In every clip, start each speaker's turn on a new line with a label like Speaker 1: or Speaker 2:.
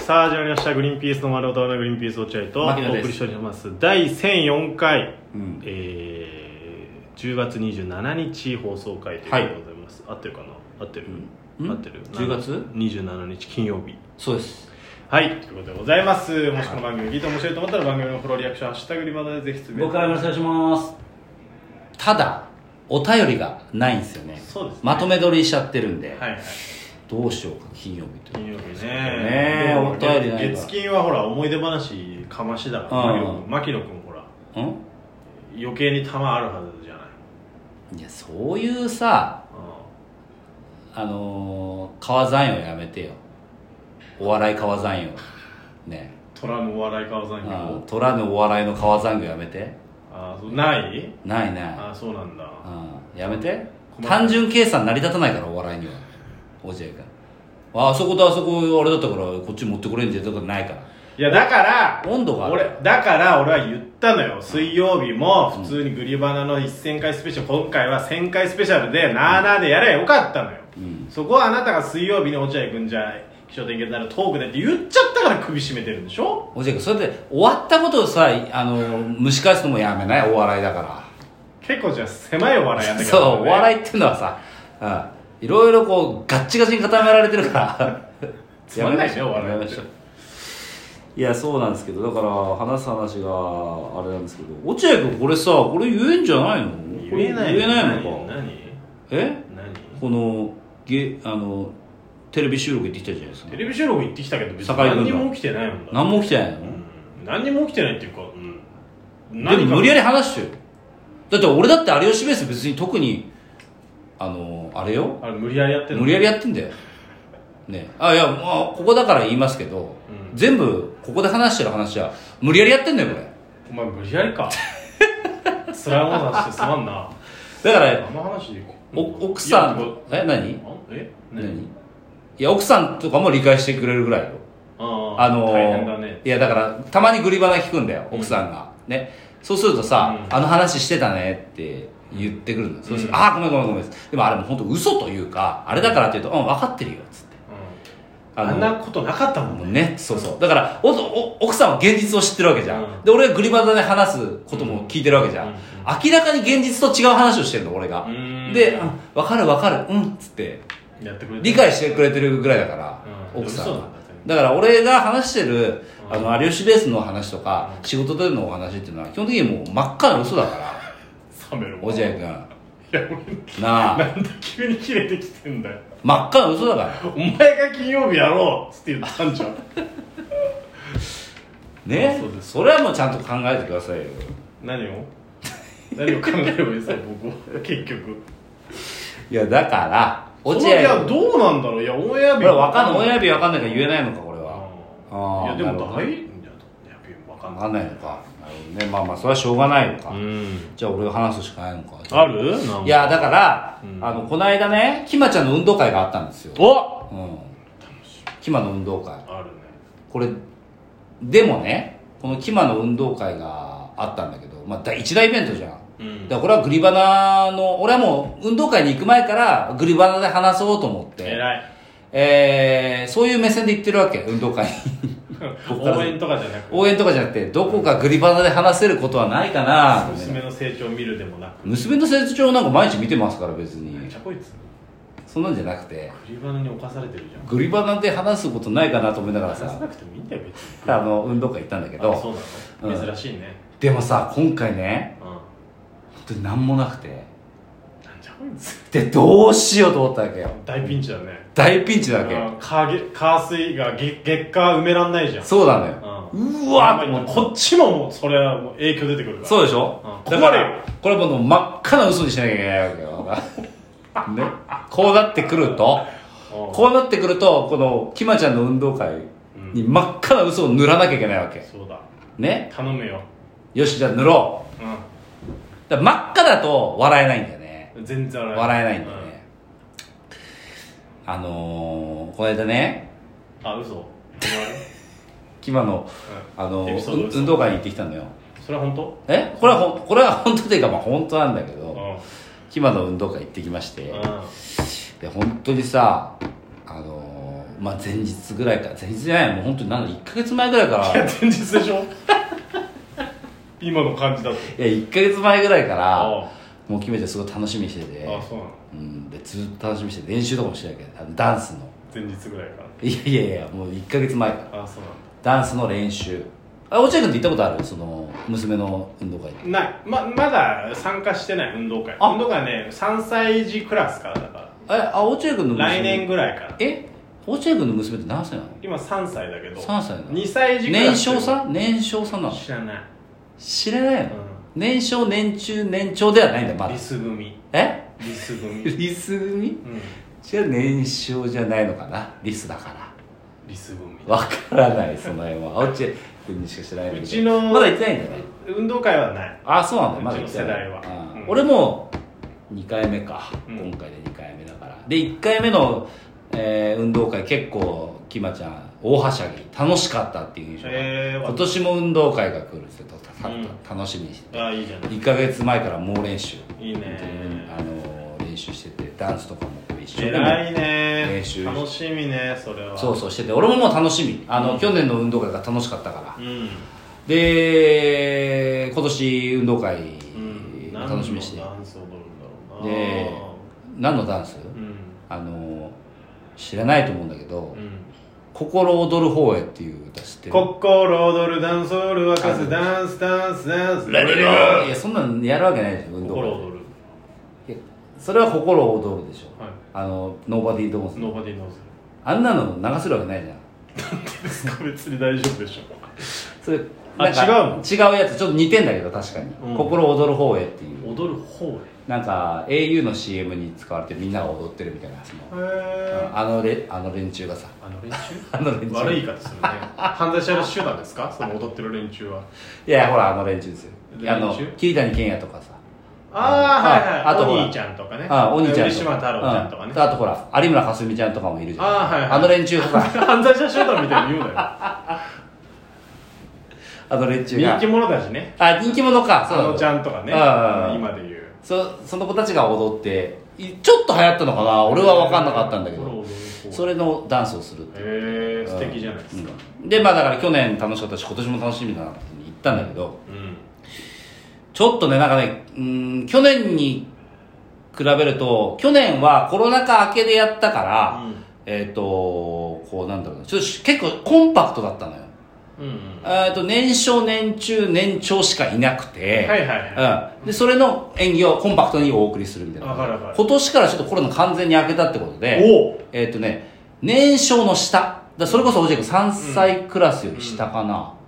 Speaker 1: さあ始まりました「グリーンピースの丸太のグリーンピース落合」とお
Speaker 2: 牧野
Speaker 1: 送
Speaker 2: です
Speaker 1: りしております第1004回、
Speaker 2: うん
Speaker 1: えー、10月27日放送回ということでございます、合ってるかな合ってる、
Speaker 2: うん
Speaker 1: 合ってる
Speaker 2: 10月
Speaker 1: 27日金曜日
Speaker 2: そうです
Speaker 1: はいということでございますもしこの番組聞いて面白いと思ったら番組のフォローリアクション「ハッシュタグリマダ」でぜひつぶやい
Speaker 3: 僕
Speaker 1: て
Speaker 3: はよろしくお願いします
Speaker 2: ただお便りがないんですよね
Speaker 1: そうですね
Speaker 2: まとめ撮りしちゃってるんで、
Speaker 1: はいはい
Speaker 2: どうしようか金曜日と
Speaker 1: 金
Speaker 2: いう
Speaker 1: 曜日ね
Speaker 2: ね
Speaker 1: でも
Speaker 2: お便りないわ
Speaker 1: 月金はほら思い出話かましだから
Speaker 2: うん
Speaker 1: 牧野君牧野君ほら
Speaker 2: ん
Speaker 1: 余計に玉あるはずじゃない、
Speaker 2: いやそういうさ
Speaker 1: うん
Speaker 2: あのー、川山用やめてよお笑い川山用ね
Speaker 1: 取らぬお笑い川さん
Speaker 2: あ
Speaker 1: 業
Speaker 2: 取らぬお笑いの川山用やめて
Speaker 1: ああそうない
Speaker 2: ないない
Speaker 1: ああそうなんだ
Speaker 2: うんやめて
Speaker 1: 困る
Speaker 2: 単純計算成り立たないからお笑いには落合君ああそことあそこあれだったからこっち持ってこれんじゃとかないから
Speaker 1: いやだから
Speaker 2: 温度がある
Speaker 1: 俺だから俺は言ったのよ水曜日も普通にグリバナの1000回スペシャル今回は1000回スペシャルでなあなあでやればよかったのよ、
Speaker 2: うん
Speaker 1: そこはあなたが水曜日に落合君じゃ気象点検ならトークでって言っちゃったから首絞めてるんでしょ
Speaker 2: 落合君それで終わったことをさあの蒸し返すのもやめないお笑いだから
Speaker 1: 結構じゃあ狭いお笑いやったけ
Speaker 2: そう
Speaker 1: ど、
Speaker 2: お笑いっていうのはさ、うん、いろいろこうガッチガチに固められてるから
Speaker 1: つまんないねお笑い
Speaker 2: やめましょういやそうなんですけどだから話す話があれなんですけど落合君これさこれ言えんじゃないの
Speaker 1: 言えない
Speaker 2: これ言えないのか
Speaker 1: 何
Speaker 2: え
Speaker 1: 何
Speaker 2: このゲあのテレビ収録行ってきたじゃないですか
Speaker 1: テレビ収録行ってきたけど別に
Speaker 2: 酒井君
Speaker 1: 何
Speaker 2: が
Speaker 1: にも起きてないもんだ
Speaker 2: 何も起きてないの、
Speaker 1: うん何にも起きてないっていうか、うん、
Speaker 2: でも無理や
Speaker 1: り
Speaker 2: り話してよだって俺だって有吉ベース別に特にあのあれよ
Speaker 1: あれ無理やりやってる
Speaker 2: 無理やりやってんだよねあいやまあここだから言いますけど、
Speaker 1: う
Speaker 2: 全部ここで話してる話は無理やりやってんだよこれ
Speaker 1: お前無理やりか スライムオーダーしてすまんな
Speaker 2: だか
Speaker 1: あ
Speaker 2: ら
Speaker 1: んま話でいこう
Speaker 2: お奥さん
Speaker 1: いやこ
Speaker 2: え何
Speaker 1: え
Speaker 2: 何いや奥さんとかも理解してくれるぐらいよ
Speaker 1: ああ
Speaker 2: あのー
Speaker 1: 大変だね
Speaker 2: いやだからたまにグリバナ聞くんだよ奥さんが、ねそうするとさ、
Speaker 1: うん
Speaker 2: あの話してたねって言ってくるの、そうすると
Speaker 1: うん
Speaker 2: ああごめんごめんごめんでもあれも本当嘘というかあれだからって言うとうん分かってるよっつって
Speaker 1: うん、あんなことなかったもん
Speaker 2: も
Speaker 1: ね
Speaker 2: うねそうそうだからおお奥さんは現実を知ってるわけじゃん、
Speaker 1: うん
Speaker 2: で俺がグリバナで話すことも聞いてるわけじゃん、
Speaker 1: うん
Speaker 2: 明らかに現実と違う話をしてるの俺が、
Speaker 1: うん
Speaker 2: でうん「分かる分かるうん」っつって
Speaker 1: やってくれて
Speaker 2: 理解してくれてるぐらいだから、
Speaker 1: うん
Speaker 2: 奥さん
Speaker 1: 嘘
Speaker 2: は
Speaker 1: なんだ全
Speaker 2: だから俺が話してる、
Speaker 1: うん
Speaker 2: あの有吉ベースの話とか、
Speaker 1: う
Speaker 2: 仕事でのお話っていうのは基本的にもう真っ赤な嘘だから
Speaker 1: 冷める
Speaker 2: 落合
Speaker 1: いや
Speaker 2: 君
Speaker 1: 俺
Speaker 2: な
Speaker 1: な
Speaker 2: あ
Speaker 1: んで急に切れてきてんだよ
Speaker 2: 真っ赤な嘘だから
Speaker 1: お前が金曜日やろうっつって言ったんじゃん
Speaker 2: ね
Speaker 1: あそうです
Speaker 2: それはもうちゃんと考えてくださいよ
Speaker 1: 何を何を考えればいいですか僕 は結局
Speaker 2: いやだから落合
Speaker 1: いや
Speaker 2: 君
Speaker 1: どうなんだろういやオンエア
Speaker 2: こ
Speaker 1: 日
Speaker 2: れ分かんな
Speaker 1: オ
Speaker 2: い
Speaker 1: ンエ
Speaker 2: 親
Speaker 1: ア
Speaker 2: 指分かんないから言えないのかこれはあー
Speaker 1: いやで
Speaker 2: なる
Speaker 1: も
Speaker 2: ほど
Speaker 1: 大
Speaker 2: ね
Speaker 1: いや分かん
Speaker 2: 分
Speaker 1: ない
Speaker 2: かんないのかなるほどねまあまあそれはしょうがないのか、
Speaker 1: ん
Speaker 2: じゃあ俺が話すしかないのか
Speaker 1: あるなんか
Speaker 2: いやだから、
Speaker 1: うん
Speaker 2: あのこの間ねきまちゃんの運動会があったんですよ
Speaker 1: お
Speaker 2: うんキマの運動会
Speaker 1: あるね
Speaker 2: これでもねこのキマの運動会があったんだけど、まあ、だ一大イベントじゃん
Speaker 1: うん
Speaker 2: だからこれはグリバナの俺はもう運動会に行く前からグリバナで話そうと思って、
Speaker 1: 偉い
Speaker 2: えー、そういう目線で行ってるわけ運 動会に
Speaker 1: 応援とかじゃなく
Speaker 2: 応援とかじゃなくてどこかグリバナで話せることはないかなとね
Speaker 1: 娘の成長を見るでもなく
Speaker 2: 娘の成長なんか毎日見てますから別
Speaker 1: なん
Speaker 2: に
Speaker 1: じゃこいつ
Speaker 2: そんなんじゃなくて
Speaker 1: 振り花に侵されてるじゃん
Speaker 2: グリバナで話すことないかなと思いながら
Speaker 1: 話さ
Speaker 2: さ
Speaker 1: なくてもいいんだよ別に
Speaker 2: あの運動会行ったんだけど
Speaker 1: あそうなの
Speaker 2: うん
Speaker 1: 珍しいね
Speaker 2: でもさ今回ね
Speaker 1: うん
Speaker 2: 本当に何もなくて
Speaker 1: なんじゃこいつ
Speaker 2: でどうしようと思ったわけよ
Speaker 1: 大ピンチだね
Speaker 2: 大ピンチなわけ
Speaker 1: うんカーゲカー水がげ月下埋めらんないじゃん
Speaker 2: そうなのよ
Speaker 1: う
Speaker 2: うわーって思って
Speaker 1: こっちももうそれはもう影響出てくるから
Speaker 2: そうでしょ
Speaker 1: うん
Speaker 2: だか
Speaker 1: 困るよ
Speaker 2: らこれもう真っ赤な嘘にしなきゃいけないわけよ ねこうなってくると
Speaker 1: うん
Speaker 2: こうなってくるとこのきまちゃんの運動会に真っ赤な嘘を塗らなきゃいけないわけ
Speaker 1: そうだ
Speaker 2: ね
Speaker 1: 頼むよ
Speaker 2: よしじゃあ塗ろうだから真っ赤だと笑えないんだよね
Speaker 1: うん全然
Speaker 2: 笑えないんだよね、あのー、この間ね
Speaker 1: うんあ嘘お
Speaker 2: キマの
Speaker 1: 前うん
Speaker 2: あの
Speaker 1: エピソード嘘
Speaker 2: 運動会に行ってきたのよ
Speaker 1: それは本当
Speaker 2: えこれはほんこれは本当というかまあ本当なんだけ
Speaker 1: う
Speaker 2: ど
Speaker 1: ん
Speaker 2: キマの運動会行ってきまして
Speaker 1: うん
Speaker 2: で本当にさあのーまあ、前日ぐらいから前日じゃないもう本当になんだ1か月前ぐらいから
Speaker 1: いや前日でしょ今の感じだと
Speaker 2: いや1か月前ぐらいから
Speaker 1: あ
Speaker 2: もう決めてすごい楽しみにしてて
Speaker 1: あそうなの
Speaker 2: うん、でずっと楽しみにしてて練習とかもしてたけどあのダンスの
Speaker 1: 前日ぐらいから
Speaker 2: いやいやいやもう1か月前から
Speaker 1: あそう
Speaker 2: ダンスの練習あ落合君って行ったことあるその娘の運動会って
Speaker 1: なのないままだ参加してない運動会
Speaker 2: あ
Speaker 1: 運動会はね3歳児クラスからだから
Speaker 2: えあ落合君の娘
Speaker 1: 来年ぐらいから
Speaker 2: え落合君の娘って何歳なの
Speaker 1: 今3歳だけど
Speaker 2: 3歳なの
Speaker 1: 2歳児クラス
Speaker 2: 年少さん年少さんなの
Speaker 1: 知らない、
Speaker 2: 知らないの、
Speaker 1: う
Speaker 2: 年少年中年長ではないんだよま
Speaker 1: ん、
Speaker 2: だ
Speaker 1: リス組
Speaker 2: え
Speaker 1: リス組
Speaker 2: リス組
Speaker 1: うん
Speaker 2: じゃあ年少じゃないのかなリスだから
Speaker 1: リス組
Speaker 2: わからないその辺は落合君にしか知らないんだけ
Speaker 1: う
Speaker 2: ど
Speaker 1: ちの
Speaker 2: まだ行ってないんだね
Speaker 1: 運動会はない
Speaker 2: あそうなんだまだ行ってな
Speaker 1: ちの世
Speaker 2: いう
Speaker 1: 代は
Speaker 2: ん
Speaker 1: うん
Speaker 2: 俺も2回目か、
Speaker 1: うん
Speaker 2: 今回で2回目だからで1回目の、えー運動会結構きまちゃん大はしゃぎ楽しかったっていう印象が、
Speaker 1: えー
Speaker 2: 今年も運動会が来るってとたた
Speaker 1: うん
Speaker 2: 楽しみにしてて、
Speaker 1: あいいじゃない
Speaker 2: 1か月前から猛練習
Speaker 1: いいね
Speaker 2: 本当にあの練習しててダンスとかもこう一緒に
Speaker 1: 偉い
Speaker 2: 練
Speaker 1: ね
Speaker 2: 習
Speaker 1: 楽しみねそれは
Speaker 2: そうそうしてて俺ももう楽しみあの、去年の運動会が楽しかったから、
Speaker 1: うん
Speaker 2: で今年運動会
Speaker 1: うん
Speaker 2: 楽しみにして、
Speaker 1: 何のダンス踊るんだろうな
Speaker 2: で何のダンス、
Speaker 1: うん
Speaker 2: あの知らないと思うんだけど「
Speaker 1: うん
Speaker 2: 心躍る方へ」っていう歌知ってる
Speaker 1: 心躍るダンス踊る沸かすダンスダンスダンス
Speaker 2: レディ
Speaker 1: ー
Speaker 2: ーゴーいやそんなのやるわけないでしょ運動
Speaker 1: 心
Speaker 2: 会
Speaker 1: 踊る
Speaker 2: いやそれは心躍るでしょ
Speaker 1: はい
Speaker 2: あのノーバディードモス
Speaker 1: ノーバディノーズ
Speaker 2: あんなの流せるわけないじゃん
Speaker 1: ですか別に大丈夫でしょ
Speaker 2: それ
Speaker 1: あ
Speaker 2: なんか
Speaker 1: 違
Speaker 2: 違うやつちょっと似てんだけど確かに「
Speaker 1: うん
Speaker 2: 心躍る方へ」っていう
Speaker 1: 踊る方へ
Speaker 2: なんか au の CM に使われてみんなが踊ってるみたいなその
Speaker 1: へ
Speaker 2: あのれあの連中がさ
Speaker 1: あの連中
Speaker 2: あの連中
Speaker 1: 悪い言い方するね犯罪者の手段です かその踊ってる連中はい
Speaker 2: やほらあの連中ですよ
Speaker 1: 連中
Speaker 2: あの桐谷健也とかさ
Speaker 1: ああはいはい
Speaker 2: ああとほ
Speaker 1: お
Speaker 2: ら
Speaker 1: 兄ちゃんとかね
Speaker 2: あお兄ちゃん
Speaker 1: 上島太郎ちゃんとかね
Speaker 2: うんあとほら有村架純ちゃんとかもいるじゃん
Speaker 1: あはいはい
Speaker 2: あの連中とか
Speaker 1: 犯罪者集団みたいに言うな
Speaker 2: あの連中
Speaker 1: よ
Speaker 2: が
Speaker 1: 人気者だしね
Speaker 2: あ人気者か
Speaker 1: あのち
Speaker 2: ん
Speaker 1: ゃんとかね
Speaker 2: ああ
Speaker 1: 今で言う
Speaker 2: そその子たちが踊っていちょっと流行ったのかな俺は分かんなかったんだけど
Speaker 1: 心躍る方へ
Speaker 2: それのダンスをするっていう
Speaker 1: へえ素敵じゃないですか
Speaker 2: うんでまあだから去年楽しかったし今年も楽しみだなっていうふうに言ったんだけど
Speaker 1: うん
Speaker 2: ちょっとねなんかねうん去年に比べると去年はコロナ禍明けでやったから、えっ、と、こうなんだろうな、ちょっとし結構コンパクトだったのよ。
Speaker 1: うんうん
Speaker 2: えっと、年少、年中、年長しかいなくて、
Speaker 1: はいはいはい
Speaker 2: うん、で、それの演技をコンパクトにお送りするみたいな。
Speaker 1: わかるわかる
Speaker 2: 今年からちょっとコロナ完全に明けたってことで、
Speaker 1: おお
Speaker 2: えっ、とね、年少の下、だそれこそおじい君3歳クラスより下かな、
Speaker 1: うん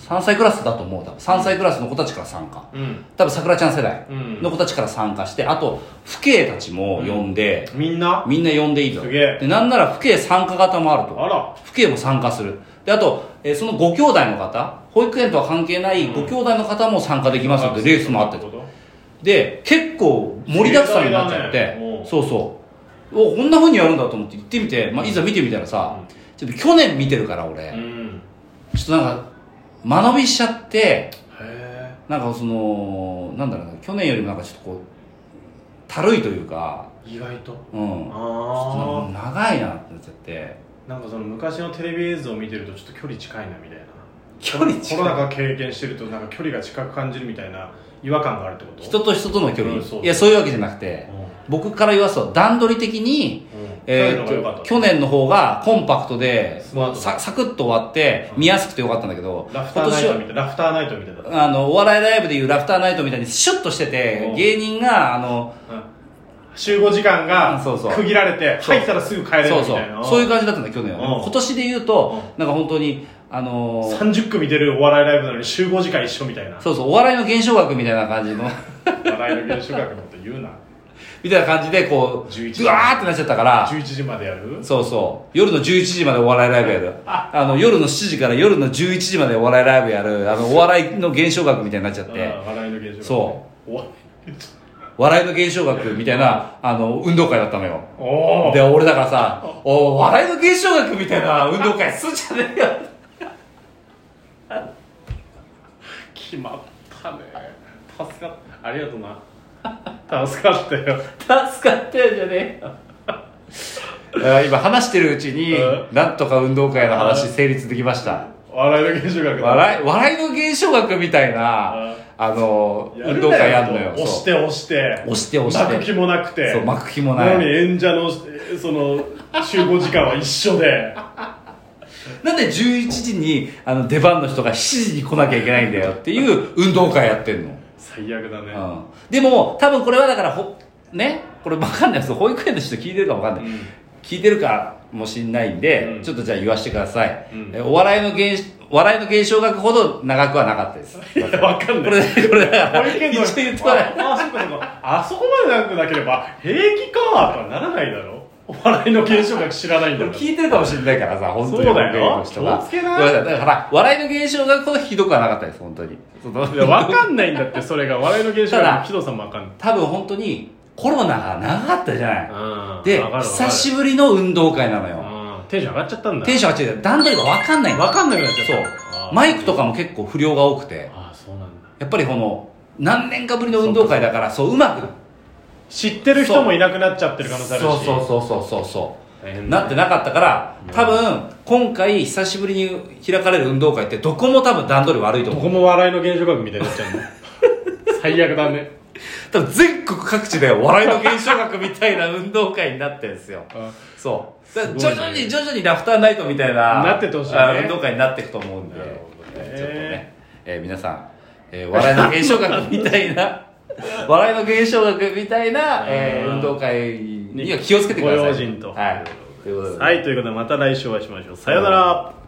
Speaker 2: 3歳クラスだと思う、多分。3歳クラスの子たちから参加。
Speaker 1: うん
Speaker 2: 多分、桜ちゃん世代
Speaker 1: うん
Speaker 2: の子たちから参加して、あと、父兄たちも呼んで、
Speaker 1: みんな
Speaker 2: みんな呼んでいいと。
Speaker 1: すげえ
Speaker 2: で、なんなら父兄参加型もあると。
Speaker 1: あら
Speaker 2: 父兄も参加する。で、あと、えーそのご兄弟の方、保育園とは関係ないご兄弟の方も参加できますよって、レースもあってと。
Speaker 1: と
Speaker 2: で、結構盛りだくさんになっちゃ
Speaker 1: 盛
Speaker 2: って
Speaker 1: 大だね、うん
Speaker 2: そうそう。おこんな風にやるんだと思って行ってみて、まあ、いざ見てみたらさ、
Speaker 1: うん
Speaker 2: ちょっと去年見てるから俺、
Speaker 1: うん
Speaker 2: ちょっとなんか、間延びしちゃって、
Speaker 1: へ
Speaker 2: なんかその、なんだろうな、去年よりもなんかちょっとこう、たるいというか、
Speaker 1: え意外と
Speaker 2: うん。ちょっと
Speaker 1: ああ
Speaker 2: なんか長いなってなっちゃって
Speaker 1: なんかその昔のテレビ映像を見てるとちょっと距離近いなみたいな
Speaker 2: 距離近い
Speaker 1: コロナ禍経験してるとなんか距離が近く感じるみたいな違和感があるってこと
Speaker 2: 人と人との距離、
Speaker 1: うんそう
Speaker 2: いやそういうわけじゃなくて
Speaker 1: うんうん
Speaker 2: 僕から言わすと段取り的に、え
Speaker 1: 去年の
Speaker 2: ー
Speaker 1: 方が良かった
Speaker 2: 去年の方がコンパクトで
Speaker 1: スマートだ
Speaker 2: ササクッと終わって
Speaker 1: うん
Speaker 2: 見やすくてよかったんだけど、
Speaker 1: ラフタ
Speaker 2: 今
Speaker 1: ーナイ
Speaker 2: 年
Speaker 1: ト
Speaker 2: は
Speaker 1: みたいラフターナイトみたいだった
Speaker 2: あのお笑いライブでいうラフターナイトみたいにシュッとしてて
Speaker 1: うん
Speaker 2: 芸人があの
Speaker 1: うん集合時間が
Speaker 2: うんそうそう
Speaker 1: 区切られて
Speaker 2: そう
Speaker 1: 入ったらすぐ帰れる
Speaker 2: そ
Speaker 1: み
Speaker 2: うそ
Speaker 1: たいな
Speaker 2: うそういう感じだったんだ去年は、
Speaker 1: うん
Speaker 2: 今年で言うと、なんか本当にあのー
Speaker 1: 30組出るお笑いライブなのに集合時間一緒みたいな
Speaker 2: そうそうお笑いの減少額みたいな感じの
Speaker 1: 笑いの現象学のこと言うな
Speaker 2: みたいな感じでこう
Speaker 1: 11
Speaker 2: うわーってなっちゃったから
Speaker 1: 11時までやる
Speaker 2: そうそう。夜の11時までお笑いライブやる。あの、夜の7時から夜の11時までお笑いライブやる。あの、お笑いの減少額みたいになっちゃっ
Speaker 1: あ
Speaker 2: て、
Speaker 1: ー笑いの現象学
Speaker 2: そう
Speaker 1: お
Speaker 2: 笑いの減少額みたいな、あの、運動会だったのよ。
Speaker 1: おー
Speaker 2: で、俺だからさ、お笑いの減少額みたいな運動会すんじゃねえよ。
Speaker 1: 決まったね助かったありがとうな助かったよ
Speaker 2: 助かってんじゃねえよ。あ今話してるうちに
Speaker 1: う
Speaker 2: なんとか運動会の話
Speaker 1: うん
Speaker 2: 成立できました
Speaker 1: 笑いの現象学だ
Speaker 2: 笑い笑いの減少額みたいなあの
Speaker 1: やるなよ
Speaker 2: 運動会やんのよ
Speaker 1: 押し
Speaker 2: そう
Speaker 1: て押して
Speaker 2: 押して押して
Speaker 1: 巻く気もなくて
Speaker 2: そう巻く気も
Speaker 1: な
Speaker 2: な
Speaker 1: のに
Speaker 2: い
Speaker 1: 演者のその集合時間は一緒で
Speaker 2: なんで11時にあの出番の人が7時に来なきゃいけないんだよっていう運動会やってんの
Speaker 1: 最悪だね、
Speaker 2: うんでも多分これはだからほねこれわかんないです保育園の人聞いてるかわかんない、
Speaker 1: うん
Speaker 2: 聞いてるかもしんないんで、
Speaker 1: うん
Speaker 2: ちょっとじゃあ言わしてください、
Speaker 1: うん
Speaker 2: えお笑いの減笑いの減少額ほど長くはなかったです
Speaker 1: いやわかん
Speaker 2: こ
Speaker 1: ない
Speaker 2: れこれ
Speaker 1: 保育園
Speaker 2: 一
Speaker 1: の
Speaker 2: 応言っとかない
Speaker 1: ああそこそこあそこまでなくなければ平気かとはならないだろお笑いの現象学知らないん だから
Speaker 2: 聞いてるかもしれないからさ、本当に。
Speaker 1: そうだよ
Speaker 2: 人が
Speaker 1: 気をつけな
Speaker 2: ごめんさだから、笑いの現象がこのひどくはなかったです、本当に。その
Speaker 1: いやわかんないんだってそれが笑いの現象
Speaker 2: ただ
Speaker 1: 学木戸さんもわかんない
Speaker 2: 多分本当に、コロナがなかったじゃない。
Speaker 1: うん
Speaker 2: で
Speaker 1: わかるわか、る
Speaker 2: 久しぶりの運動会なのよ。
Speaker 1: うんテンション上がっちゃったんだ
Speaker 2: テンションが違う。段取りがわかんない。わかんなくなっ
Speaker 1: ちゃったあ
Speaker 2: そう。
Speaker 1: ー
Speaker 2: マイクとかも結構不良が多くて、
Speaker 1: ああそうなんだ
Speaker 2: やっぱりこの、何年かぶりの運動会だから、そう、うまく。
Speaker 1: 知ってる人もいなくなっちゃってる可能性あるし
Speaker 2: そうそうそうそうそうそう。
Speaker 1: 大変だ
Speaker 2: なってなかったから、多分、今回久しぶりに開かれる運動会って、どこも多分段取り悪いと
Speaker 1: ど
Speaker 2: 思う
Speaker 1: こ。も笑いの現象学みたいになっちゃうの最悪だね
Speaker 2: 多分全国各地で笑いの減少額みたいな運動会になってるんですよ そうだから
Speaker 1: すご
Speaker 2: 徐
Speaker 1: いね
Speaker 2: 々に徐々にラフターナイトみたいな
Speaker 1: なってってほしいね
Speaker 2: あ運動会になっていくと思うんで、
Speaker 1: なるほどね
Speaker 2: ちょっとね、えー皆さん、えー笑いの減少額みた いな笑いの減少額みたいな、えー
Speaker 1: うん
Speaker 2: 運動会には気をつけてください
Speaker 1: ご用心と
Speaker 2: はいということで
Speaker 1: はいということでまた来週お会いしましょうさようなら